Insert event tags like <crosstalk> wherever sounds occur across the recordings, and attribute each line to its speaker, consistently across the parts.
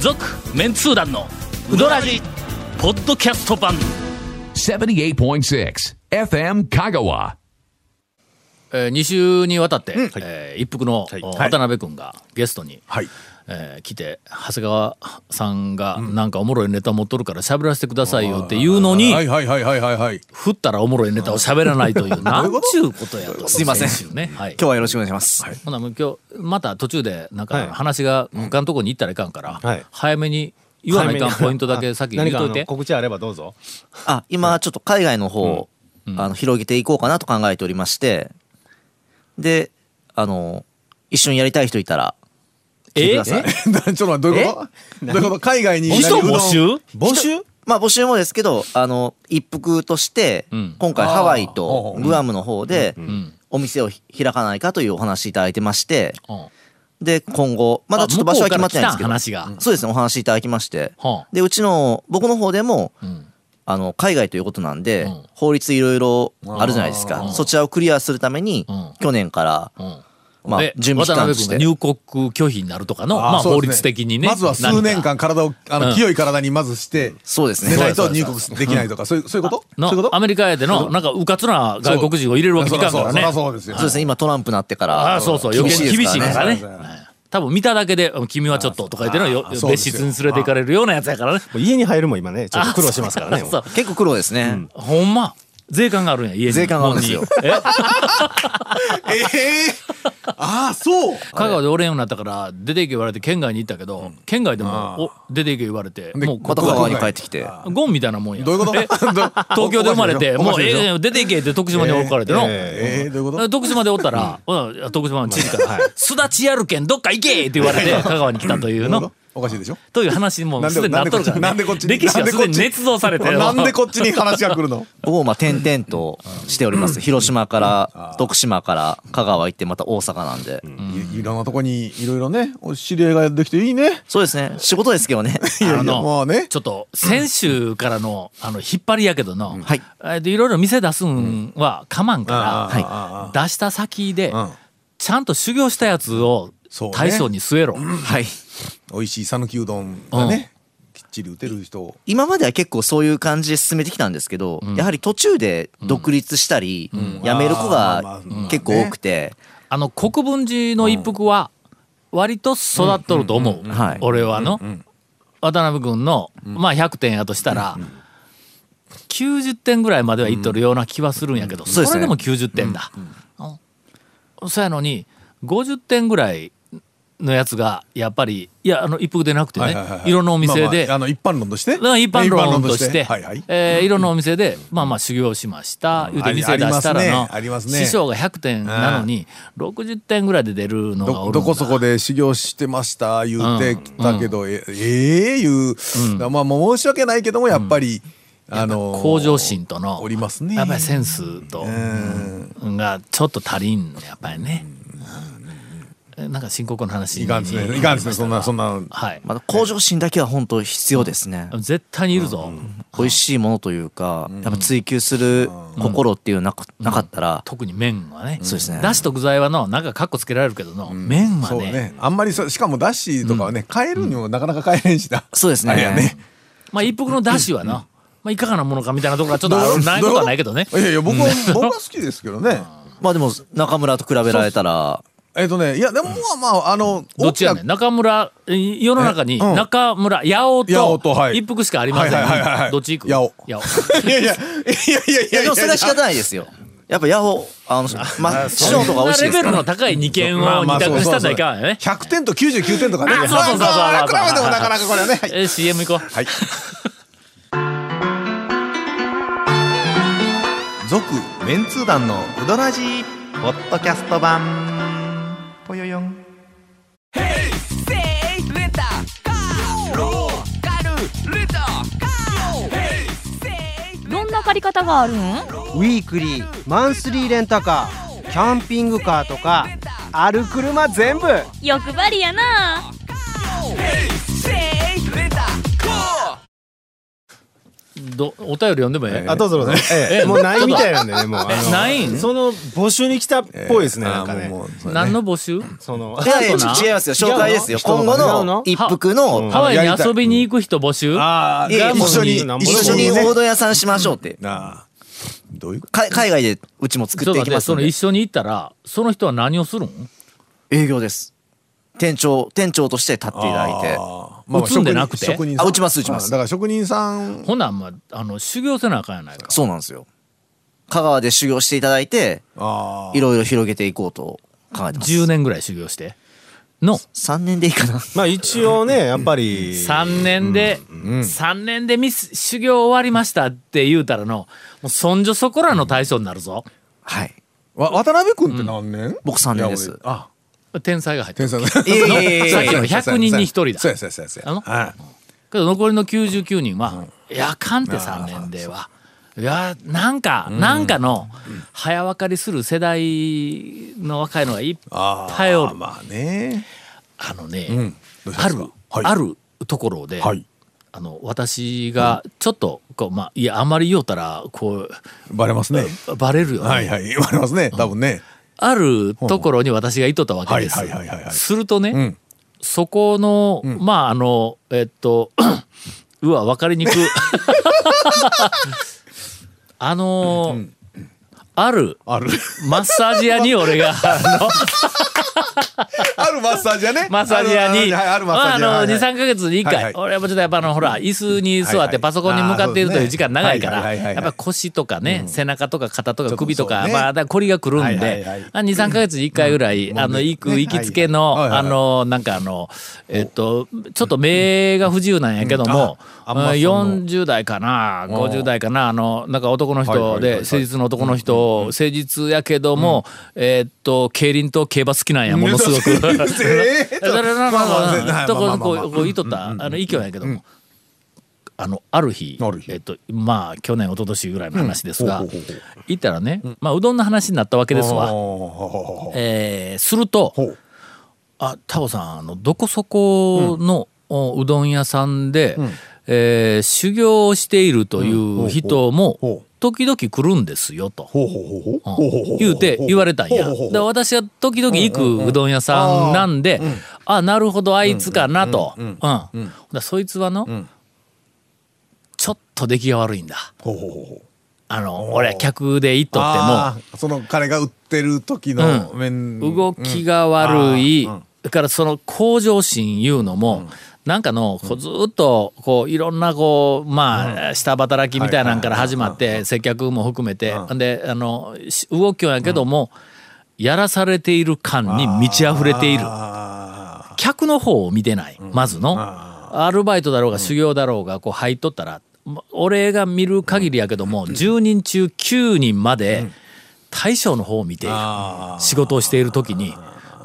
Speaker 1: 続メンツー団のウドラジポッドキャスト版
Speaker 2: 78.6 FM Kagawa.
Speaker 3: えー、2週にわたって、えー一服の、
Speaker 4: い
Speaker 3: お
Speaker 4: はい
Speaker 3: 渡辺君がゲストに、
Speaker 4: はい
Speaker 3: えー来て長谷川さんがなんかおもろいネタ持っとるから喋らせてくださいよって言うのに、
Speaker 4: はいはいはいはいはいはい。
Speaker 3: 振ったらおもろいネタを喋らないというなんちゅうことやと
Speaker 5: すいません
Speaker 3: 先週ね、はい、
Speaker 5: 今日はよろしくお願いします。
Speaker 3: ほなもう今日また途中でなん
Speaker 4: は
Speaker 3: か
Speaker 4: い
Speaker 3: 話が他のとこに行ったらいかんから、
Speaker 4: はい
Speaker 3: 早めに言わないかんポイントだけ先言っとい
Speaker 4: 何かあ
Speaker 3: て
Speaker 4: の告知あればどうぞ。
Speaker 5: あ、今ちょっと海外の方を、あの広げていこうかなと考えておりまして、で、あの一緒にやりたい人いたら聞いてください。
Speaker 4: <laughs> ちょっと待ってどういうこと？どういうこと？海外に
Speaker 1: 人募集
Speaker 4: 募集？
Speaker 5: まあ募集もですけど、あの一服として、
Speaker 3: ん
Speaker 5: 今回ハワ
Speaker 4: ほ
Speaker 5: イ
Speaker 4: うほ
Speaker 5: と
Speaker 4: う
Speaker 5: グアムの方で、お店をひ開かないかというお話いただいてまして、
Speaker 3: うん
Speaker 5: で今後まだちょっと場所は決まってないんですけ
Speaker 3: あ向こう
Speaker 5: ど、
Speaker 3: から来た話が
Speaker 5: そうですねお話いただきまして、
Speaker 3: はあ
Speaker 5: でうちの僕の方でも、
Speaker 3: ん
Speaker 5: あの海外ということなんで、
Speaker 3: うん
Speaker 5: 法律いろいろあるじゃないですか、そちらをクリアするために、
Speaker 3: ん
Speaker 5: 去年から、
Speaker 3: うん
Speaker 5: まあ
Speaker 3: で
Speaker 5: 準備期
Speaker 3: 渡
Speaker 5: 間
Speaker 3: 辺
Speaker 5: とし
Speaker 3: 君
Speaker 5: て
Speaker 3: が入国拒否になるとかの
Speaker 4: ー
Speaker 3: まあ、
Speaker 4: そう
Speaker 3: 法
Speaker 4: です
Speaker 3: 律的にね
Speaker 4: まずは数年
Speaker 3: 何か
Speaker 4: 間体をあの、
Speaker 3: うん
Speaker 4: 清い体にまずして
Speaker 5: そうですね
Speaker 4: 寝ないと入国できないとかそういうそういうこと？そういうこ
Speaker 3: の
Speaker 4: と？
Speaker 3: アメリカやでのなんかうかつな外国人を入れるわけにいかんからね
Speaker 4: そうそうそうですよ。
Speaker 5: そうですね今トランプなってから
Speaker 3: ああそうそう余計に厳しい
Speaker 5: です
Speaker 3: からね
Speaker 4: そうですね
Speaker 3: はい多分見ただけで「君はちょっと」とか言ってのよ
Speaker 4: ああそうで
Speaker 3: 別
Speaker 4: すよ
Speaker 3: 室に連れて行かれるようなやつやからね
Speaker 6: もう家に入るも今ねちょっと苦労しますからね
Speaker 3: そう
Speaker 5: 結構苦労ですね、
Speaker 3: ほんま税関があるんや家に
Speaker 5: 税関があるんですよ
Speaker 3: 日本にえ
Speaker 4: ええー。ああそう。
Speaker 3: 香川でおれんようになったから出て行け言われて県外に行ったけど、県外でもお出て行け言われて
Speaker 4: で
Speaker 3: もう
Speaker 5: ま
Speaker 3: こ
Speaker 5: た
Speaker 3: こ
Speaker 5: ハ
Speaker 3: は
Speaker 5: ワイに帰ってきて
Speaker 3: ゴンみたいなもんや
Speaker 4: どういうこと？
Speaker 3: え <laughs> 東京で生まれてもうええ
Speaker 4: え。
Speaker 3: よ出て行けって徳島に置かれての、
Speaker 4: ええーどういうこと？
Speaker 3: 徳島でおったら、ほな徳島の知事から「すだちやるけんどっか行け!」って言われて香川に来たというの。
Speaker 4: おかしいでしょ？
Speaker 3: という話にもう
Speaker 4: なん
Speaker 3: すで
Speaker 4: で
Speaker 3: になっとるから、ね、
Speaker 4: なんでこっちに
Speaker 3: 歴史はすでに捏造されてる
Speaker 4: なんでこっちに話が来るの？
Speaker 5: 僕もまあ転々としております広島から徳島から香川行ってまた大阪なんで、
Speaker 4: いいろんなとこにいろいろねお知り合いができていいね。
Speaker 5: そうですね仕事ですけ
Speaker 3: <laughs>
Speaker 5: どね
Speaker 4: いや
Speaker 3: あ
Speaker 4: いや
Speaker 3: の
Speaker 4: まあね。
Speaker 3: ちょっと先週からのあの引っ張りやけどの、
Speaker 5: はい
Speaker 3: えっといろいろ店出すんはかまんから、
Speaker 5: はい
Speaker 3: 出した先で、
Speaker 4: ん
Speaker 3: ちゃんと修行したやつを
Speaker 4: そうね
Speaker 3: 大将に据えろ、
Speaker 5: はい
Speaker 4: 美味しい讃岐うどんがね、きっちり打てる人
Speaker 5: 今までは結構そういう感じで進めてきたんですけど、やはり途中で独立したり、辞める子が結構多くて、
Speaker 3: あの国分寺の一服は割と育っとると思う、
Speaker 5: はい
Speaker 3: 俺はの、渡辺君の、まあ100点やとしたら、90点ぐらいまではいっとるような気はするんやけど、
Speaker 5: そうですね
Speaker 3: それでも90点だ、うんそやのに50点ぐらいのやつがやっぱりいやあの一服でなくてね、
Speaker 4: はいはは
Speaker 3: ろんなお店で、
Speaker 4: まあまああの一般論として
Speaker 3: だから一般論として、
Speaker 4: はいはい
Speaker 3: えーいろんなお店で、まあまあ修行しました、言うて店出したらの、
Speaker 4: ありますねありますね
Speaker 3: 師匠が100点なのに、60点ぐらいで出るのがおる
Speaker 4: ど
Speaker 3: んだ
Speaker 4: どこそこで修行してました言うてきたけど、えええいう、だからまあもう申し訳ないけどもやっぱり、あの
Speaker 3: 向上心との、
Speaker 4: おりますね
Speaker 3: やっぱりセンスと、がちょっと足りんの、やっぱりね。えなんか深刻な話に
Speaker 4: いかんですねいかんですねそんなそんな
Speaker 3: はい。
Speaker 5: まあ、向上心だけは本当必要ですね、
Speaker 3: 絶対にいるぞ。
Speaker 5: 美味しいものというか、やっぱ追求する心っていうのなく、なかったら、
Speaker 3: 特に麺はね。
Speaker 5: そうですね
Speaker 3: だしと具材はの、なんかカッコつけられるけどの、麺は
Speaker 4: そうねあんまりそしかもだしとかはね、変えるにもなかなか変えへんしな、
Speaker 5: そうですね
Speaker 4: あれやね
Speaker 3: まあ一服の出汁はな、まあいかがなものかみたいなところはちょっとあるないことはないけどね。
Speaker 4: いやいや僕は僕は好きですけ
Speaker 3: <laughs>
Speaker 4: どね
Speaker 5: まあでも中村と比べられたら
Speaker 4: えっとねいやでもまあまああの
Speaker 3: どっちやねん中村、え世の中に
Speaker 4: うん
Speaker 3: 中村、八尾
Speaker 4: 八
Speaker 3: と
Speaker 4: 尾とはい
Speaker 3: 一服しかありません
Speaker 4: はいはいはいは。い
Speaker 3: どっち行く
Speaker 4: 八尾
Speaker 3: 八尾。
Speaker 4: <laughs> いやいやいやいやい
Speaker 5: いや
Speaker 4: や
Speaker 5: でもそれは仕方ないですよやっぱヤホあのまあ師匠とか美味しい
Speaker 3: レベ
Speaker 5: ですか
Speaker 3: ル
Speaker 5: ら
Speaker 3: の高い二軒を二択したんだいかんよね。
Speaker 4: 100点と99点とかね。
Speaker 3: あそうそうそうそう
Speaker 4: まあまあ比べてもなかなかこれはね。はい
Speaker 3: えー CM 行こう。
Speaker 4: はい。続、
Speaker 7: メンツー団のウドラジーポッドキャスト版ぽよよん
Speaker 8: どんな借り方があるん
Speaker 9: ウィークリーマンスリーレンタカーキャンピングカーとかある車全部
Speaker 8: 欲張りやな
Speaker 3: どお便り読んでもええ
Speaker 6: あどうぞどうぞ。え
Speaker 3: え
Speaker 6: え、もうないみたいなんでね、もう。あの
Speaker 3: えないん
Speaker 6: その募集に来たっぽいですね。
Speaker 4: あー
Speaker 6: なんかね。
Speaker 4: もうもうそうだ
Speaker 3: 何
Speaker 4: ね
Speaker 3: の募集
Speaker 6: その
Speaker 5: い。やいや違い
Speaker 3: な
Speaker 5: ますよ紹介ですよ
Speaker 6: 違うの
Speaker 5: 今後
Speaker 6: 違う
Speaker 5: の
Speaker 6: の
Speaker 5: 一服の
Speaker 3: ハワイに
Speaker 4: やりたい
Speaker 3: 遊びに行く人募集
Speaker 6: あ
Speaker 5: いや
Speaker 6: もう
Speaker 5: 一緒
Speaker 4: に
Speaker 6: なんぼで
Speaker 5: 一
Speaker 6: も
Speaker 5: 緒に大戸屋さんしましょうって
Speaker 4: なあどういうこ
Speaker 5: か海外でうちも作
Speaker 3: ちょ
Speaker 5: っ
Speaker 3: ってと待
Speaker 5: い
Speaker 3: っ
Speaker 5: きま
Speaker 3: て
Speaker 5: す
Speaker 3: そ
Speaker 5: ん
Speaker 3: の
Speaker 5: で
Speaker 3: 一緒に行ったらその人は何をするん
Speaker 5: 営業です店長店長として立ってい
Speaker 4: と
Speaker 5: ただいて
Speaker 4: あーまあまあ
Speaker 3: 打つんでなくて
Speaker 4: 職人さん
Speaker 5: あ打ちます打ちます
Speaker 4: あだから職人さん
Speaker 3: ほなまああの修行せなあかんやないか
Speaker 5: そうなんですよ香川で修行していただいて
Speaker 4: あ
Speaker 5: いろいろ広げていこうと考えてます
Speaker 3: 10年ぐらい修行しての
Speaker 5: 3年でいいかな <laughs>
Speaker 6: まあ一応ね、やっぱり。
Speaker 3: 3年で、三年でミス修行終わりましたって言うたらのもうそんじょそこらの対象になるぞ、
Speaker 5: はい
Speaker 4: あわ渡辺君って何年
Speaker 5: 僕三年で
Speaker 4: い
Speaker 5: す
Speaker 4: や俺あ
Speaker 3: 天才が入って
Speaker 4: 天
Speaker 3: る
Speaker 4: 才の
Speaker 5: <laughs> いやいやいやい
Speaker 3: さっ
Speaker 5: や
Speaker 3: きの100人に1人だ
Speaker 4: そうやそうやそうやそ
Speaker 3: あ
Speaker 4: うや
Speaker 3: の
Speaker 4: はい
Speaker 3: けど残りの99人は、いやあかんって3年では。いやなんか、なんかの早分かりする世代の若いのがいっ
Speaker 4: あ
Speaker 3: ぱいお
Speaker 4: あ
Speaker 3: るあ
Speaker 4: まあね
Speaker 3: のね、
Speaker 4: うんどうした
Speaker 3: あ
Speaker 4: んです
Speaker 3: る
Speaker 4: か、
Speaker 3: あ
Speaker 4: はい
Speaker 3: るところで、
Speaker 4: はい
Speaker 3: あの私がちょっとこうまあいやあまり言おうたらこ
Speaker 4: バレますね
Speaker 3: うバレるよね、
Speaker 4: はいはいバレますね多分ね
Speaker 3: あるところに私がいとったわけです
Speaker 4: はいはいはいはいはい
Speaker 3: するとね、
Speaker 4: うん
Speaker 3: そこの、まああのえっと <clears throat> うわ分か
Speaker 4: <laughs>
Speaker 3: りにくいあの、ある
Speaker 4: ある <laughs>
Speaker 3: マッサージ屋に俺があの
Speaker 4: あるマッサージ屋ね
Speaker 3: <laughs> マッサージ屋に
Speaker 4: あるあるはいあるマッサ
Speaker 3: まあ
Speaker 4: ー
Speaker 3: あの
Speaker 4: ジ屋はいはい
Speaker 3: 23か月に1回、
Speaker 4: はいはい
Speaker 3: 俺はもうちょっとやっぱあのほら椅子に座
Speaker 4: は
Speaker 3: っ
Speaker 4: いは
Speaker 3: て
Speaker 4: い
Speaker 3: パソコンに向かっているという時間長いか
Speaker 4: あーそう
Speaker 3: ら
Speaker 4: ですねはいはいはい
Speaker 3: やっぱ腰とかね、背中とか肩と
Speaker 4: ち
Speaker 3: か
Speaker 4: ょっと
Speaker 3: 首と
Speaker 4: そ
Speaker 3: か
Speaker 4: うね
Speaker 3: まあだからこりがくるんで、
Speaker 4: はいはいはい
Speaker 3: あ23か月に1回ぐらい、あの行く行きつけの、
Speaker 4: はいはいはい
Speaker 3: あのなんかあのえっとちょっと目が不自由なんやけども、
Speaker 4: ああんまその
Speaker 3: 40代かな50代かなあのなんか男の
Speaker 4: はいはい
Speaker 3: 人
Speaker 4: はいはい
Speaker 3: で誠実の男の人誠実やけども、えっと競輪と競馬好きなんやものすごく。
Speaker 4: ええ
Speaker 3: だからなん
Speaker 4: まあまあ
Speaker 3: か
Speaker 4: 全然はい
Speaker 3: とこ
Speaker 4: まあ
Speaker 3: う
Speaker 4: まあ
Speaker 3: こ
Speaker 4: まあ
Speaker 3: うこう言いとったあの意見やけどもあのある日
Speaker 4: ある日
Speaker 3: えっとまあ去年一昨年ぐらいの話ですが
Speaker 4: うんほうほうほう
Speaker 3: 行ったらねまあうどんの話になったわけです
Speaker 4: あー
Speaker 3: わ。
Speaker 4: ほうほうほうほう
Speaker 3: えーすると
Speaker 4: ほう
Speaker 3: あタオさんあのどこそこのおうどん屋さんでえー修行をしているという人
Speaker 4: ほう
Speaker 3: も
Speaker 4: ほう
Speaker 3: 時々来るんですよと。
Speaker 4: ほうほうほうほうほうほうほう
Speaker 3: 言うて言われたんや。
Speaker 4: ほうほうほう
Speaker 3: で私は時々行くうどん屋さんなんで、あなるほどあいつかなと。うん。だからそいつはの、ちょっと出来が悪いんだ。
Speaker 4: ほうほうほうほう
Speaker 3: あの俺は客で行っとっても。
Speaker 4: あーその彼が売ってる時の
Speaker 3: うん
Speaker 4: 面
Speaker 3: 動きが悪い、だからその向上心いうのも、なんかのこうずっとこういろんなこうまあ下働きみたいなんから始まって接客も含めて、であのし動きょんやけども、やらされている感に満ち溢れている
Speaker 4: あ
Speaker 3: 客の方を見てない、まずのアルバイトだろうが修行だろうがこう入っとったら、ま俺が見る限りやけども、10人中9人まで大将の方を見ている。
Speaker 4: あ
Speaker 3: 仕事をしている時に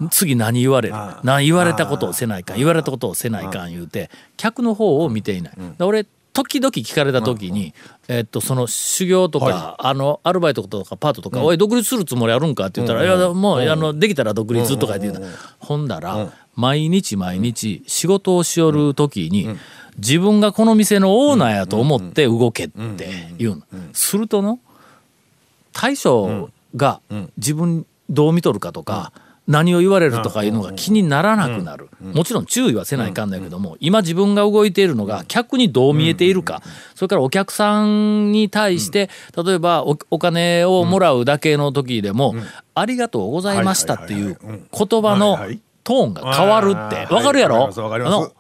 Speaker 3: 次何言われる何言われたことをせないかん言われたことをせないかん言うて客の方を見ていない。で俺時々聞かれた時に、えっと、その修行とか、あのアルバイトとかパートとか「おい独立するつもりあるんか?」って言ったら「いやもう、あのできたら独立」とか言って言うたほんだら、毎日毎日仕事をしよる時に、自分がこの店のオーナーやと思って動けって言うの。するとの大将が自分どう見とるかとか、何を言われるとかいうのが気にならなくなる、もちろん注意はせないかんだけども、今自分が動いているのが客にどう見えているか、それからお客さんに対して、例えばおお金をもらうだけの時でも、ありがとうございましたっていう言葉の
Speaker 4: はいはい
Speaker 3: トーンが変わるって
Speaker 4: うん
Speaker 3: わかるや
Speaker 4: は
Speaker 3: ろ
Speaker 4: いわかりますわかります
Speaker 3: あの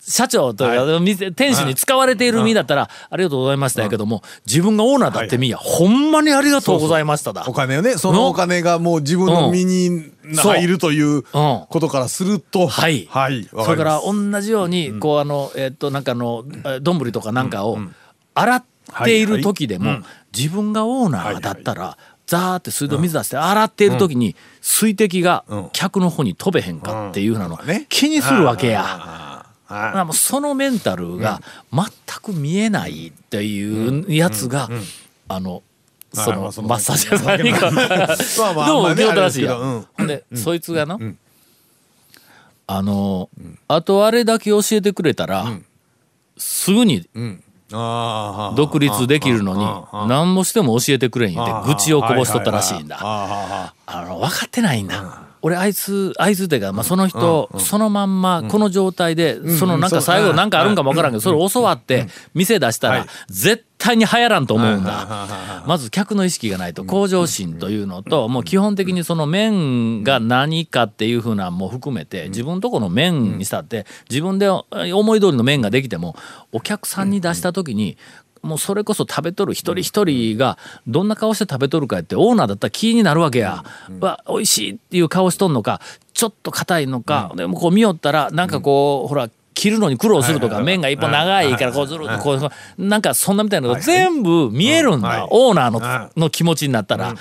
Speaker 3: 社長とか、店店主に使われている身だったら、ありがとうございましたやけども、自分がオーナーだって身や、ほんまにありがとうございましただ。
Speaker 4: お金をねそのお金がもう自分の身に入るということからすると
Speaker 3: はい
Speaker 4: はい
Speaker 3: そ
Speaker 4: わか
Speaker 3: れか
Speaker 4: りま
Speaker 3: ら
Speaker 4: す
Speaker 3: 同じようにこうあのえっとなんかあのえ丼とかなんかを洗っている時でも自分がオーナーだったらザーって水道水出して洗っている時に水滴が客の方に飛べへんかっていうなの
Speaker 4: ね
Speaker 3: 気にするわけや。だか
Speaker 4: は
Speaker 3: らもうそのメンタルが全く見えないっていうやつがあのそ
Speaker 4: ま
Speaker 3: の
Speaker 4: あその
Speaker 3: マッサージ屋さんにか
Speaker 4: まあまあ
Speaker 3: どうも
Speaker 4: まあ
Speaker 3: 受け
Speaker 4: ね
Speaker 3: 取ったらしいや
Speaker 4: あれですけどうん
Speaker 3: ほんでそいつがなあのあとあれだけ教えてくれたらすぐに
Speaker 4: んあー
Speaker 3: 独立できるのに何もしても教えてくれん言って愚痴をこぼしとったらしいんだ
Speaker 4: あ
Speaker 3: あの分かってないんだ俺あいつあいつっていうか、まあ、その人そのまんまこの状態でそのなんか最後なんかあるんかも分からんけどそれ教わって店出したら絶対に流行らんと思うんだまず客の意識がないと向上心というのともう基本的にその面が何かっていうふうなのも含めて自分とこの面にしたって自分で思い通りの面ができてもお客さんに出した時にもうそれこそ食べとる一人一人がどんな顔して食べとるかやってオーナーだったら気になるわけや、わ美味しいっていう顔しとんのかちょっと硬いのか、でもこう見よったらなんかこう、ほら切るのに苦労するとか、麺が一本長いからこうずるっとこうなんかそんなみたいなのが全部見えるんだ、オーナーの,、の気持ちになったら。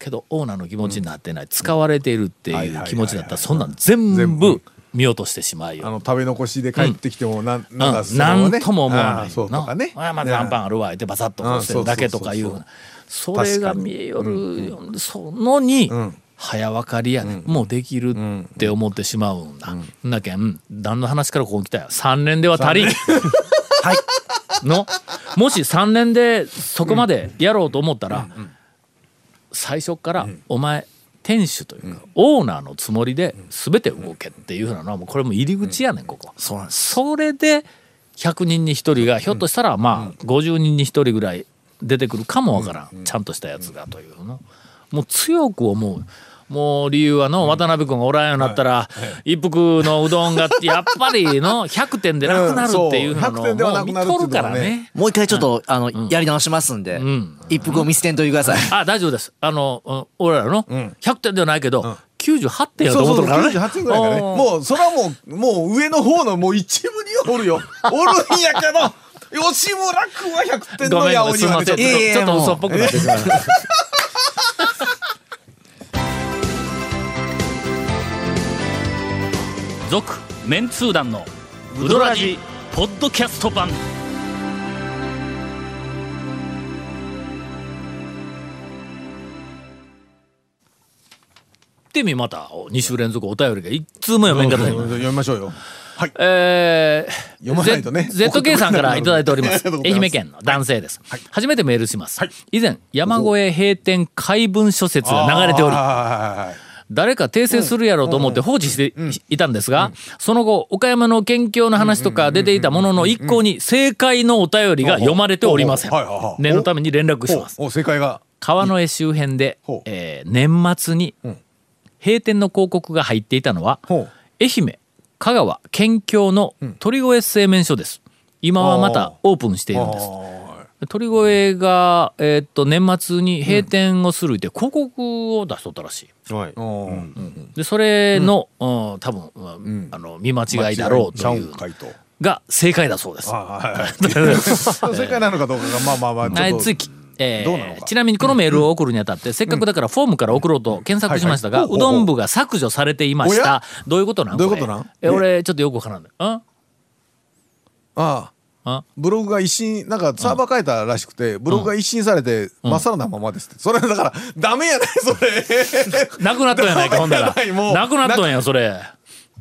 Speaker 3: けどオーナーの気持ちになってない、使われているっていう気持ちだったらそんなん全部見落としてしまうよ
Speaker 4: あ。の食べ残しで帰ってきてもなんなんか
Speaker 3: うん、
Speaker 4: それ
Speaker 3: な
Speaker 4: はね
Speaker 3: んとも思わ
Speaker 4: あ
Speaker 3: な
Speaker 4: ー
Speaker 3: い
Speaker 4: そうとかね
Speaker 3: なあまずアンパンあるわ言ってバサッとこうしてるだけとかいう
Speaker 4: うん
Speaker 3: それが見えよるよそのに早分かりやねもうできるって思ってしまうんだんだけん何の話からここに来たよ3年では足りんはいのもし3年でそこまでやろうと思ったら最初からお前店主というかオーナーのつもりで全て動けっていうふうなのはもうこれも入り口やねんここ。
Speaker 5: そうなんです。
Speaker 3: それで100人に1人がひょっとしたらまあ50人に1人ぐらい出てくるかもわからんちゃんとしたやつがというのもう強く思う。もう理由はの渡辺君がおらんようになったら一服のうどんがやっぱりの100点でなくなるっていうのを
Speaker 4: うんそう100
Speaker 3: も
Speaker 4: 点では
Speaker 3: う
Speaker 4: なく
Speaker 3: 見
Speaker 4: なるってい
Speaker 3: とる
Speaker 4: うのはね
Speaker 3: からね。
Speaker 5: もう一回ちょっと、あの、やり直しますんで、一服を見捨てんといてください。
Speaker 3: あ大丈夫です。あのうん俺らの100点ではないけど98点やと
Speaker 4: そう
Speaker 3: 思
Speaker 4: そ
Speaker 3: っとる
Speaker 4: うそう
Speaker 3: からね。
Speaker 4: 98点ぐらいだね
Speaker 3: うん
Speaker 4: もうそれはもうもう上の方のもう一部にはおる
Speaker 3: <laughs>
Speaker 4: よおるんやけど吉村君は100点
Speaker 3: ご
Speaker 4: の
Speaker 3: めん
Speaker 4: やおに
Speaker 3: すい
Speaker 4: は
Speaker 3: ま
Speaker 4: ね
Speaker 3: せん。
Speaker 5: いえいえ
Speaker 3: ちょっと嘘っぽくなってしまいました。
Speaker 1: 続メンツー団のウドラジポッドキャスト版
Speaker 3: ってみまた2週連続お便りが一通も読めんかったよ
Speaker 4: 読みましょうよ
Speaker 3: えー、
Speaker 4: 読まないとね
Speaker 3: ZK さんからいただいております
Speaker 4: ありがとうござい
Speaker 3: 愛
Speaker 4: ます
Speaker 3: 媛県の男性です、初めてメールします、以前山越え閉店怪文書説が流れており
Speaker 4: あ
Speaker 3: 誰か訂正するやろうと思って放置していたんですが、その後岡山の県境の話とか出ていたものの一向に正解のお便りが読まれておりません
Speaker 4: はいはいはい
Speaker 3: 念のために連絡します
Speaker 4: おお正解が
Speaker 3: 川の絵周辺で
Speaker 4: ほう、
Speaker 3: えー年末に閉店の広告が入っていたのは
Speaker 4: ほう
Speaker 3: 愛媛香川県境の鳥越製麺所です今はまたオープンしているんです鳥越が、えーっと年末に閉店をするって広告を出しとったらしい
Speaker 6: はい。
Speaker 3: でそれの、うん多分、まああの見間違いだろう
Speaker 4: ちゃ
Speaker 3: と
Speaker 4: う
Speaker 3: い
Speaker 4: ん
Speaker 3: う
Speaker 4: かいと
Speaker 3: が正解だそうです
Speaker 4: あはいはい <laughs> 正解なのかどうかがまあまあまあち
Speaker 3: は
Speaker 4: ょ
Speaker 3: い、
Speaker 4: っと
Speaker 3: 次。えー
Speaker 4: どうなのか
Speaker 3: ちなみにこのメールを送るにあたって、せっかくだからフォームから送ろうと検索しましたが、
Speaker 4: はいはいう
Speaker 3: どん部が削除されていまし
Speaker 4: おや
Speaker 3: た。どういうことなん
Speaker 4: どういう
Speaker 3: れ
Speaker 4: ことなん
Speaker 3: え、俺、ちょっとよくわからない。あ
Speaker 4: ああ
Speaker 3: あ
Speaker 4: ブログが一新なんかサーバー変えたらしくてブログが一新されてまっさらなままですってそれだからダメやねそれ
Speaker 3: なくなったんやないか、ほんだら
Speaker 4: なくなったんやも。う
Speaker 3: なくなったんや、それ。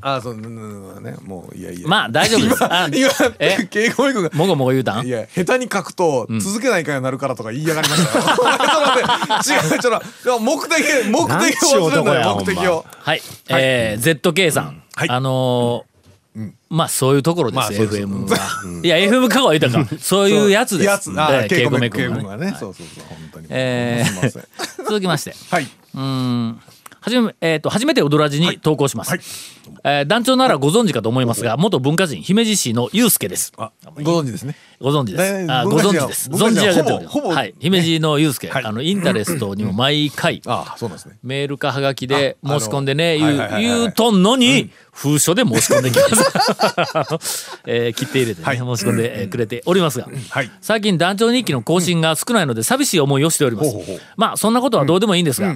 Speaker 4: ああそううんうんうんねもういやいや
Speaker 3: まあ、大丈夫です。あ
Speaker 4: 今
Speaker 3: え、
Speaker 4: 敬語君が
Speaker 3: もごもご言うたん
Speaker 4: いや下手に書くと続けないかになるからとか言いやがりましたよお前それ <laughs> で違うちょっとでも目的目的を忘れるんだよ
Speaker 6: なん
Speaker 4: 目
Speaker 6: ちゅう男や
Speaker 4: 的を
Speaker 3: はい、えー ZK さん、
Speaker 4: はい
Speaker 3: あのーまあそういうところで
Speaker 4: まあ
Speaker 3: す、
Speaker 4: そうです
Speaker 3: FM は。いや FM かは言ったかそういうやつですんで。
Speaker 4: あ稽古目
Speaker 3: 君
Speaker 4: 稽
Speaker 3: はね
Speaker 4: 古目がねそうそうそう本当に
Speaker 3: えー
Speaker 4: すいません
Speaker 3: 続きまして。
Speaker 4: はい
Speaker 3: はじめ、えっ、と、初めて踊らじに投稿します。えー団長ならご存知かと思いますが、元文化人、姫路市のゆうすけです。
Speaker 4: ご存知ですね
Speaker 3: ご存知です。
Speaker 4: だ
Speaker 3: あ
Speaker 4: い
Speaker 3: ご
Speaker 4: 文化
Speaker 3: 存
Speaker 4: 人
Speaker 3: 知
Speaker 4: は
Speaker 3: です。
Speaker 4: 文化
Speaker 3: 存
Speaker 4: 人
Speaker 3: じ
Speaker 4: は
Speaker 3: 上げております。
Speaker 4: ほぼほぼ
Speaker 3: はい。姫路のゆうすけ、
Speaker 4: はい
Speaker 3: あの、インタレストにも毎回、
Speaker 4: ああそうなんですね
Speaker 3: メールかはがきで申し込んでね、
Speaker 4: ああ
Speaker 3: 言う
Speaker 4: のはい、はいはいはい
Speaker 3: 言うとんのに、封書で申し込んでき
Speaker 4: <laughs>
Speaker 3: ます。えー切って入れてね、申し込んでえーくれておりますが、
Speaker 4: はい
Speaker 3: 最近団長日記の更新が少ないので寂しい思いをしております。
Speaker 4: ほうほうほう
Speaker 3: まあ、そんなことはどうでもいいんですが、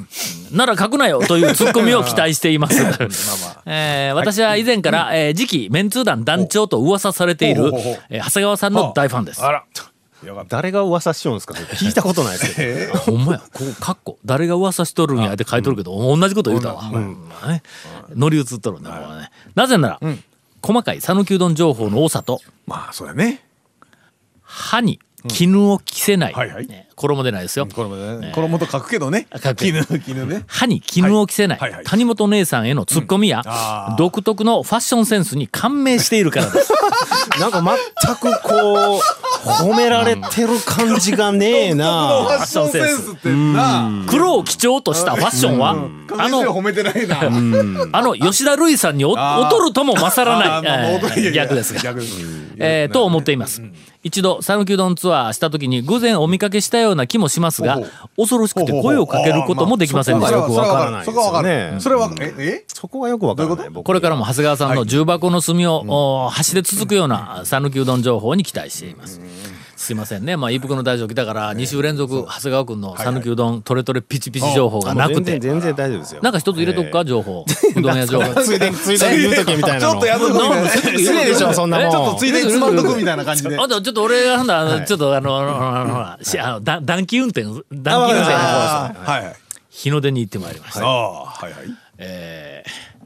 Speaker 3: なら書くなよというツッコミを期待してい
Speaker 4: <laughs>
Speaker 3: ます。 <laughs> えー私は以前から、えー次期メンツー団団長と噂されている
Speaker 4: ほうほうほうほう、
Speaker 3: えー長谷川さんの大ファンです。
Speaker 6: 誰が噂しようんですかそれ聞いたことないですけど。
Speaker 3: ほんまや、ここ、かっこ、誰が噂しとるんやって書いとるけど、同じこと言うたわ。まあね乗り移っとるんだ、これはね。なぜなら、細かい讃岐うどん情報の多さと、
Speaker 4: まあそうやね
Speaker 3: 歯に絹を着せない、
Speaker 4: はいはい
Speaker 3: ね衣でないですよ、
Speaker 4: これもね、衣と書くけどね
Speaker 3: 書く。け
Speaker 4: 絹
Speaker 3: ど、
Speaker 4: 絹ね。
Speaker 3: 歯に絹を着せない、
Speaker 4: はいはいはい
Speaker 3: 谷本姉さんへのツッコミや、
Speaker 4: あー
Speaker 3: 独特のファッションセンスに感銘しているから
Speaker 4: <laughs>
Speaker 3: です。
Speaker 6: なんか全くこう、褒められてる感じがねえ
Speaker 4: ファ
Speaker 6: な
Speaker 4: ッションセンスってな、
Speaker 3: 黒を基調としたファッションは、あ
Speaker 4: 関係性
Speaker 3: の、
Speaker 4: 褒めてないな。
Speaker 3: あの、吉田類さんにお
Speaker 4: あー
Speaker 3: 劣るとも勝ら
Speaker 4: あーまあ
Speaker 3: な
Speaker 4: まあ
Speaker 3: いえ
Speaker 4: 踊りいや
Speaker 3: ー
Speaker 4: いや
Speaker 3: 逆ですが。
Speaker 4: 逆です
Speaker 3: えーと思っています。一度、讃岐うどんツアーした時に偶然お見かけしたような気もしますが
Speaker 4: ほうほ、
Speaker 3: 恐ろしくて声をかけることもできませんでし
Speaker 4: それ
Speaker 3: た。
Speaker 4: は
Speaker 6: よくわからない
Speaker 4: それはわかる
Speaker 6: ですよね
Speaker 4: それはわかる、え、
Speaker 6: そこがよくわからない。僕
Speaker 3: これからも長谷川さんの重箱の隅を、お端で続くような讃岐うどん情報に期待しています。すいませんね、まあ、一服の大将来たから2週連続長谷川君の讃岐うどんトレトレピチピチ情報がなく
Speaker 6: 全
Speaker 3: て
Speaker 6: 然、全然大丈夫ですよ。
Speaker 3: なんか一つ入れとく
Speaker 6: え
Speaker 3: か情報うどん屋情報
Speaker 6: <laughs> え。ついでに、ついでに言うとけみたい
Speaker 3: <laughs>
Speaker 4: え
Speaker 6: なの。
Speaker 4: ちょっとやっとくみたいな。ち
Speaker 6: 失礼でしょ、そんなもん。
Speaker 3: えち
Speaker 4: ょっとついでにつまんどくみたいな感じ
Speaker 3: <laughs>
Speaker 4: で。
Speaker 3: あとちょっと俺がなんだあのちょっとあのほらほらほらしあのだ暖気運転暖気運転の方です
Speaker 4: あーはいはい。
Speaker 3: 日の出に行ってまいりました、
Speaker 4: ああ、はいはい。
Speaker 3: えー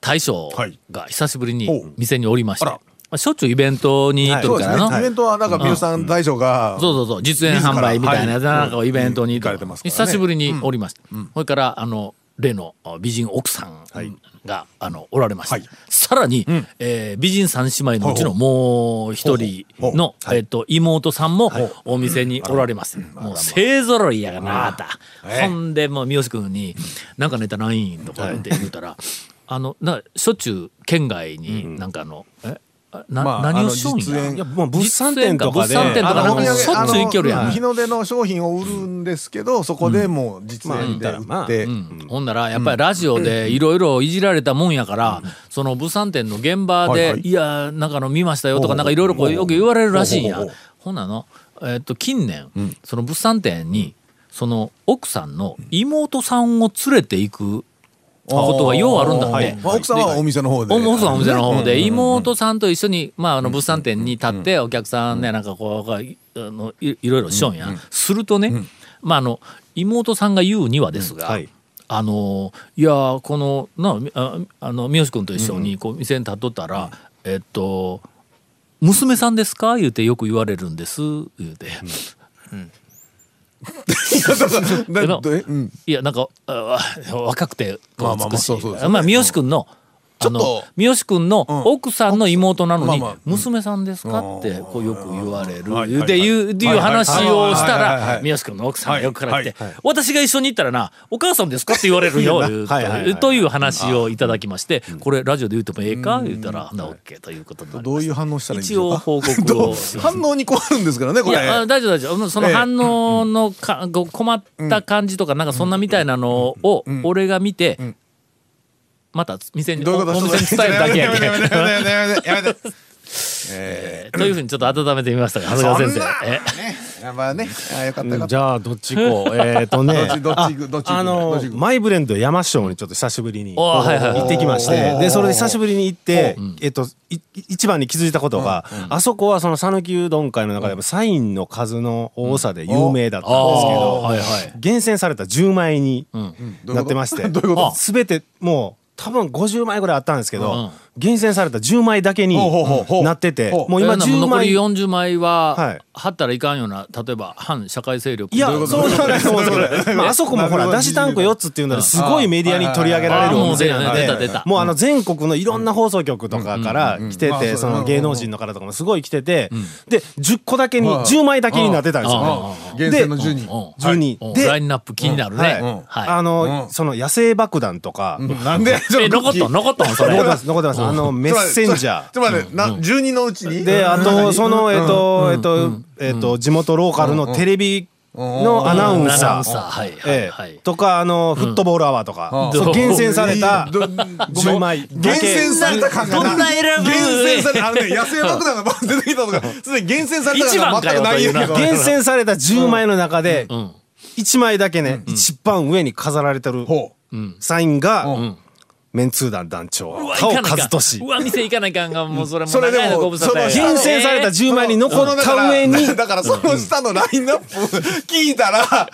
Speaker 3: 大将
Speaker 4: はい
Speaker 3: が久しぶり
Speaker 4: ほ
Speaker 3: に
Speaker 4: う
Speaker 3: 店におりまして、
Speaker 4: あら
Speaker 3: まあ、しょっちゅうイベントに行っと
Speaker 4: そ
Speaker 3: る
Speaker 4: うで
Speaker 3: か
Speaker 4: す
Speaker 3: ら
Speaker 4: ね
Speaker 3: な、。
Speaker 4: イベントはなんか三好さん大将が、
Speaker 3: そうそうそう実演販売みたいなやつなんかをイベントに行
Speaker 4: 行かれてますからね
Speaker 3: 久しぶりにおりました、それからあの例の美人奥さんが、あのおられました、
Speaker 4: はい
Speaker 3: さらに、えー美人三姉妹のうちの
Speaker 4: ほ
Speaker 3: もう一人
Speaker 4: ほうほうほ
Speaker 3: の、えっと妹さんもお店におられます、もう勢ぞろいやがなあた、
Speaker 4: ええ
Speaker 3: ほんでもう三好君に「なんかネタないん?」とかって言うたら、あのなしょっちゅう県外になんかあの、えな
Speaker 4: まあ
Speaker 3: 何
Speaker 4: あ
Speaker 3: を
Speaker 4: の
Speaker 3: しようんや
Speaker 4: 実演
Speaker 6: いや、もう物産展とかで。
Speaker 3: 物産展とか
Speaker 4: あ
Speaker 3: なん
Speaker 4: の
Speaker 3: かしょっちゅう行きよるやん
Speaker 4: あの日の出の商品を売るんですけど、そこでもう実演で
Speaker 6: ま
Speaker 4: 売っ
Speaker 6: あ
Speaker 4: て、
Speaker 3: ほんならやっぱりラジオでいろいろいじられたもんやから、その物産展の現場で「
Speaker 4: はいいはい
Speaker 3: やなんかあの見ましたよ」と
Speaker 4: ほ
Speaker 3: か
Speaker 4: う
Speaker 3: なんかいろいろこうよく言われるらしいんや
Speaker 4: ほうほうほう。
Speaker 3: ほんなの、えっと近年、その物産展にその奥さんの妹さんを連れて行くことがようあるんだっ
Speaker 4: は
Speaker 3: て
Speaker 4: い。まあ奥さんはお店の方で。
Speaker 3: お奥さんはお店の方で妹さんと一緒に、まあ、あの物産展に立ってお客さんねなんかこういあのいいろいろしよんや、するとね、まあ、あの妹さんが言うにはですが、
Speaker 6: はい
Speaker 3: あのいやーこのなああの三好君と一緒にこう店に立っとったら、えっと「娘さんですか?」言うてよく言われるんです言うて。
Speaker 4: <laughs> だ
Speaker 3: の
Speaker 4: えうん
Speaker 3: いやなんかあ若くて
Speaker 4: まあまあまあ
Speaker 3: 美しい
Speaker 4: そうそうです
Speaker 3: まあ三好君のあ
Speaker 4: ちょ
Speaker 3: の
Speaker 4: っと
Speaker 3: 三好君の奥さんの妹なのに
Speaker 4: まあまあ
Speaker 3: 娘さんですかってこうよく言われる
Speaker 4: はい
Speaker 3: 言うて
Speaker 4: はい
Speaker 3: いうっていう話をした
Speaker 4: はいはいはい
Speaker 3: ら
Speaker 4: はい
Speaker 3: 三好君の奥さんがよくから来て
Speaker 4: はい
Speaker 3: 「私が一緒に行ったらなお母さんですか?」って言われるよ言うと
Speaker 6: はいはいはい
Speaker 3: という話をいただきましてこれラジオで言うてもええか言うたら「なオッケーということになり
Speaker 4: ど
Speaker 3: ま
Speaker 4: う
Speaker 3: し
Speaker 4: いう
Speaker 3: た
Speaker 4: 反応したらいいん
Speaker 3: 一
Speaker 4: でしょう
Speaker 3: 応
Speaker 4: か
Speaker 3: 報告をします
Speaker 4: 反応に困るんですからね、こ
Speaker 3: い
Speaker 4: れ。
Speaker 3: やあ大丈夫大丈夫その
Speaker 4: ええ
Speaker 3: 反応のか、こう困った感じとかなんかそんなみたいなのを俺が見て、また店に
Speaker 4: どういうこと
Speaker 3: おお店に伝えるだけやけん
Speaker 4: やめてやめてやめてやめてやめ
Speaker 3: <laughs>
Speaker 4: て。
Speaker 3: えーというふうにちょっと温めてみましたが長谷川先生え
Speaker 4: やばいね。あよかったよかっ
Speaker 6: うん
Speaker 4: た。
Speaker 6: <laughs> じゃあ、どっち行こう。 <laughs> えっとね。
Speaker 4: どっち行くどっち行くど
Speaker 6: あの
Speaker 4: っち行く
Speaker 6: マイブレンド山椒にちょっと久しぶりに
Speaker 3: おーはいはいはい
Speaker 6: 行ってきまし
Speaker 4: お
Speaker 6: て
Speaker 4: ー
Speaker 6: でそれで久しぶりに行ってえっといい一番に気づいたことがあそこはその讃岐うどん会の中でもサインの数の多さで有名だったんです
Speaker 3: あー
Speaker 6: けど
Speaker 3: はいはい
Speaker 6: 厳選された10枚に
Speaker 4: どういうこ
Speaker 6: な
Speaker 4: と
Speaker 6: ってまして
Speaker 4: どういうこと
Speaker 6: 全てもう多分50枚ぐらいあったんですけ
Speaker 3: うん
Speaker 6: ど厳選された10枚だけに
Speaker 4: ほうほうほうほう
Speaker 6: なってて
Speaker 4: ほう
Speaker 6: もう今
Speaker 3: えーなも
Speaker 6: 10
Speaker 3: 残り
Speaker 6: 枚
Speaker 3: 40枚
Speaker 6: は
Speaker 3: はい貼ったらいかんような例えば反社会勢力
Speaker 6: いや
Speaker 3: どういう、こと
Speaker 6: そうではないと思うんですけど、まあ、あそこもほら、だしタンク4つっていうのですごいメディアに取り上げられる
Speaker 3: あー
Speaker 6: お店なん
Speaker 3: もう出
Speaker 6: で
Speaker 3: た出た、
Speaker 6: もうあの全国のいろんな放送局とかから来て
Speaker 4: うんうんうんう
Speaker 6: て、
Speaker 4: ん
Speaker 6: その芸能人の方とかもすごい来てて、で、10個だけに、10枚だけになってたんですよね。
Speaker 4: 厳選の10人。
Speaker 3: うん
Speaker 6: 12。
Speaker 3: ライ
Speaker 6: で、
Speaker 3: ンナップ気になるね、
Speaker 6: はい
Speaker 3: はい、
Speaker 6: あの、その野生爆弾とか、
Speaker 4: なんでちょ
Speaker 3: え
Speaker 4: っと
Speaker 3: 残っとん残っとんそ
Speaker 6: 残
Speaker 3: れ
Speaker 6: ってます、残ってます。あの、メッセンジャー
Speaker 4: ち。ょっと待って、な10人のうちに
Speaker 6: で、あと、その、えっと、えっと、えっと、地元ローカルのテレビのアナウン
Speaker 3: アナ
Speaker 6: サ
Speaker 3: ウン
Speaker 6: ー。
Speaker 3: はいはい
Speaker 6: え
Speaker 3: はい、
Speaker 6: えとかあのフットボールアワーとか、そう厳選された
Speaker 4: ど
Speaker 6: 10枚
Speaker 4: 厳
Speaker 6: だけ
Speaker 4: 選された感が
Speaker 3: どんな選ぶ
Speaker 4: 厳選されたあのね野生爆弾が出てきたとかすでに厳選された感が全くないんやけど
Speaker 6: 厳選された10枚の中で1枚だけね、一番上に飾られてる
Speaker 4: ほう
Speaker 6: サインが、
Speaker 4: うん
Speaker 6: メンツー団団長
Speaker 3: うわ
Speaker 6: 田尾
Speaker 3: 行かない
Speaker 6: 和
Speaker 3: かん
Speaker 6: 俊
Speaker 3: うわ店行かないかんがもうそれも
Speaker 4: それで
Speaker 3: 長いの
Speaker 4: も
Speaker 3: ご無沙汰や
Speaker 4: その
Speaker 6: 厳選された10枚に残った上に
Speaker 4: そのだからだからその下のラインナップ聞いたら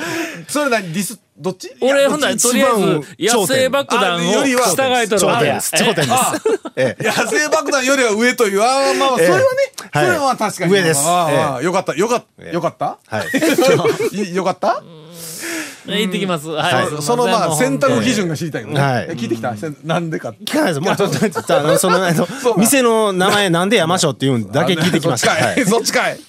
Speaker 4: それ何ディスっどっち
Speaker 3: 俺
Speaker 4: いや
Speaker 3: ほんなら
Speaker 4: どっ
Speaker 3: と
Speaker 4: ち
Speaker 3: りあえず
Speaker 6: 一番
Speaker 3: 野生爆弾
Speaker 4: あよ
Speaker 3: を
Speaker 4: りは
Speaker 3: 従えとるわけや
Speaker 6: 頂点です頂点ですええ
Speaker 4: 野生爆弾よりは上というあーまあまあそれはね、そ
Speaker 6: はい
Speaker 4: れはまあ確かに
Speaker 6: 上です
Speaker 4: あーまあよかったよかったよかった、
Speaker 6: はい
Speaker 4: <laughs> いよかった
Speaker 3: ええ行ってきますはい
Speaker 4: そそのまあ選択基準が知りたいよね、
Speaker 6: はい
Speaker 4: え聞いてきたせんなんでかって
Speaker 6: 聞かないです。もうちょっと、ちょっとあの、その、あの
Speaker 4: そう、か
Speaker 6: 店の名前なんで山椒っていうんだけ聞いてきました。
Speaker 4: そっちか
Speaker 6: はい
Speaker 4: い、そっちかい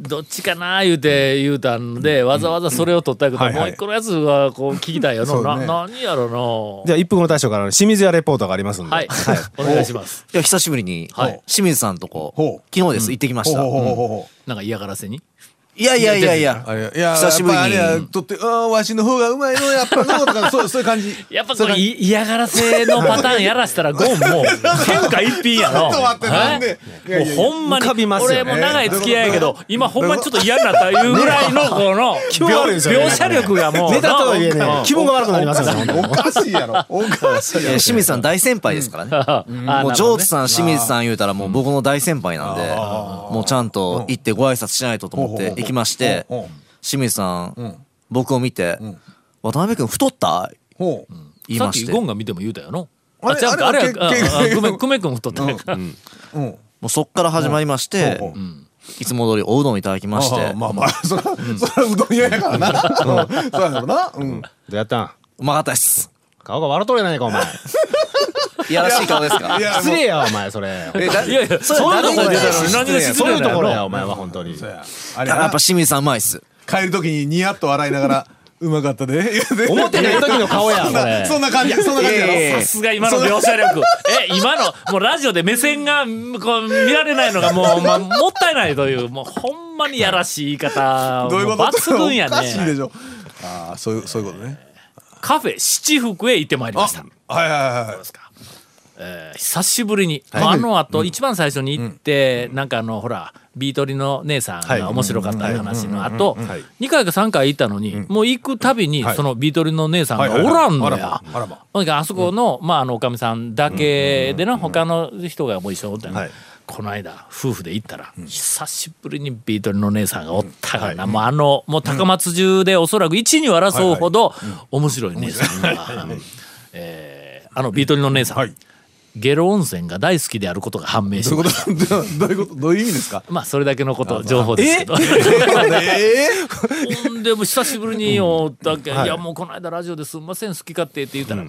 Speaker 3: どっちかな言うて言うたんでわざわざそれを取ったけど、
Speaker 6: はいはい
Speaker 3: もう一個のやつがこう聞きたいよ
Speaker 4: そう
Speaker 3: な,、
Speaker 4: ね
Speaker 3: な何やろ
Speaker 6: じゃあ、一服の大将からの清水屋レポートがありますん
Speaker 3: な
Speaker 6: で。
Speaker 3: はい、お願いします
Speaker 5: いや久しぶりに
Speaker 3: はい
Speaker 5: 清水さんとこ
Speaker 4: ほう
Speaker 5: 昨日です行ってきま
Speaker 4: ほ
Speaker 5: し
Speaker 4: う
Speaker 5: た
Speaker 4: ほうほう
Speaker 5: い
Speaker 4: ほうほう
Speaker 3: なんか嫌がらせに
Speaker 5: やいやいやい
Speaker 4: あ
Speaker 5: や
Speaker 4: れいや
Speaker 5: 久しぶりに
Speaker 4: やっぱあれやとってあーわしの方がうまいのやっぱのとかそう <laughs> そういう感じ
Speaker 3: やっぱこれい嫌がらせのパターンやらしたらゴンも天下一品やろ。
Speaker 4: ちょっと待ってなんでいやいやいや
Speaker 3: もうほんまに
Speaker 6: 浮かびますよね
Speaker 3: 俺も長い付き合いやけど今ほんまにちょっと嫌になったいうぐらいのこの
Speaker 6: 分悪いですよね
Speaker 3: 描写力がもう
Speaker 6: ネタとはいえね
Speaker 3: な、
Speaker 6: 気分が悪くなりますよね。
Speaker 4: おかしいや <laughs> ろおかしい
Speaker 5: いや清水さん大先輩ですからね
Speaker 3: ああ
Speaker 5: も
Speaker 3: な
Speaker 5: う
Speaker 3: る
Speaker 5: ジ
Speaker 3: ほど
Speaker 5: ョー
Speaker 3: ね
Speaker 5: ズさん清水さん言うたらもう僕の大先輩なんでもうちゃんと行ってご挨拶しないとと思って行きまして
Speaker 4: ほうほう
Speaker 5: 清水さん僕を見て「渡辺君太った?」
Speaker 4: ほう
Speaker 5: 言い
Speaker 3: さっ
Speaker 5: ま
Speaker 3: き
Speaker 5: して
Speaker 3: ゴ
Speaker 5: も
Speaker 3: ンが見ても言うたよの。
Speaker 4: あれ
Speaker 3: じゃあ
Speaker 4: あ
Speaker 3: あれ
Speaker 4: れは
Speaker 3: は
Speaker 4: 結
Speaker 3: ああ
Speaker 4: 局
Speaker 3: 久米久米君太ったやんか。
Speaker 4: うん
Speaker 5: うそっから始まりまして
Speaker 4: ほうほう
Speaker 5: いつも通りおうどんいただきまし
Speaker 4: あ
Speaker 5: て
Speaker 4: あまあまあそらそらうどん屋やからなうんそうやろなうん
Speaker 6: どうやったん
Speaker 5: うまかったです
Speaker 6: 顔が笑うとるやないか、お前。
Speaker 5: いやらしい顔ですか
Speaker 4: いや
Speaker 6: 失礼や、お前、それ。
Speaker 4: えだ
Speaker 3: いやいや、そういうところで何が失
Speaker 6: そうい
Speaker 3: 礼
Speaker 6: うと
Speaker 3: だよ
Speaker 6: ころ
Speaker 3: な。
Speaker 6: や、お前は本当に
Speaker 4: そ。やあれやな
Speaker 5: やっぱ清水さんうまいっす
Speaker 4: 帰る時にニヤッと笑いながらうまかったで
Speaker 6: 思ってない時の顔
Speaker 4: そ
Speaker 6: や、こ
Speaker 4: んな
Speaker 6: れ。
Speaker 4: そんな感じそんな感じやろ
Speaker 5: ええ
Speaker 3: さすが今の描写力。え、今の、もうラジオで目線が、こう、見られないのがもう、まあ、もったいないという、もうほんまにやらしい言い方。
Speaker 4: どういうこと
Speaker 3: も抜群や
Speaker 4: おかしいで
Speaker 3: ね。
Speaker 4: しょああそういうそういうことね
Speaker 3: カフェ七福へ行ってまいり
Speaker 4: あ
Speaker 3: ました。
Speaker 4: はいはいはい
Speaker 3: えー久しぶりに、まあ、あの後、一番最初に行って、なんかあのほらビートリの姉さんが面白かった話の後、2回か3回行ったのに、もう行くたびに、そのビートリの姉さんが
Speaker 4: はいはい
Speaker 3: お
Speaker 4: はい
Speaker 3: らんの
Speaker 4: あら
Speaker 3: や
Speaker 4: まあらま。
Speaker 3: ほんであそこの、まああのおかみさんだけでな、他の人がもう一緒におったんや
Speaker 6: はい
Speaker 3: この間夫婦で行ったら、久しぶりにビートリの姉さんがおったからな、もうあのもう高松中でおそらく一に争うほど面白い姉さんが。えーあのビートリの姉さん、ゲロ温泉が大好きであることが判明し
Speaker 4: どうい
Speaker 3: ま
Speaker 4: うこ
Speaker 3: し
Speaker 4: とどういうこと <laughs> どういう意味ですか
Speaker 3: たまあそれだけのこと情報ですけど
Speaker 4: え
Speaker 3: <laughs> ほんでもう久しぶりにおったけ、んい、やもうこの間ラジオですんません好き勝手って言ったら、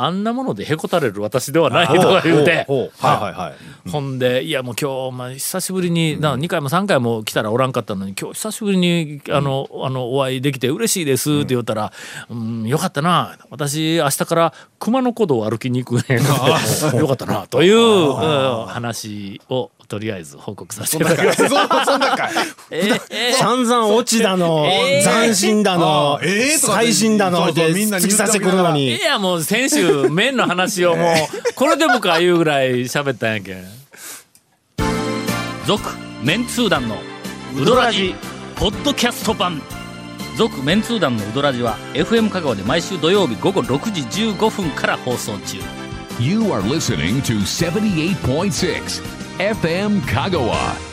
Speaker 3: あんなものでへこたれる私ではないとか言うて
Speaker 6: ほうほうはいはいはい。
Speaker 3: ほんでいやもう今日、まあ、久しぶりに、な2回も3回も来たらおらんかったのに今日久しぶりにあの、あのお会いできて嬉しいですって言ったら「うん、よかったな私明日から熊野古道を歩きに行くねん」 <laughs> よかったなといううん話をとりあえず報告させていただきます。
Speaker 4: えそそんなかい
Speaker 3: えーえー
Speaker 6: 散々落ちだの、斬新だの
Speaker 4: あ、ええとか
Speaker 6: 最新
Speaker 4: そ
Speaker 6: だの、
Speaker 4: うそう
Speaker 6: で、
Speaker 4: みんなに
Speaker 6: 突き刺してくるの
Speaker 3: い
Speaker 6: に。
Speaker 3: やもう先週麺の話をもうこれでもかいうぐらい喋ったんやけん。続メンツー団のウドラジポッドキャスト版続メンツー団のウドラジは FM 香川で毎週土曜日午後6時15分から放送中
Speaker 2: You are listening to 78.6 FM Kagawa.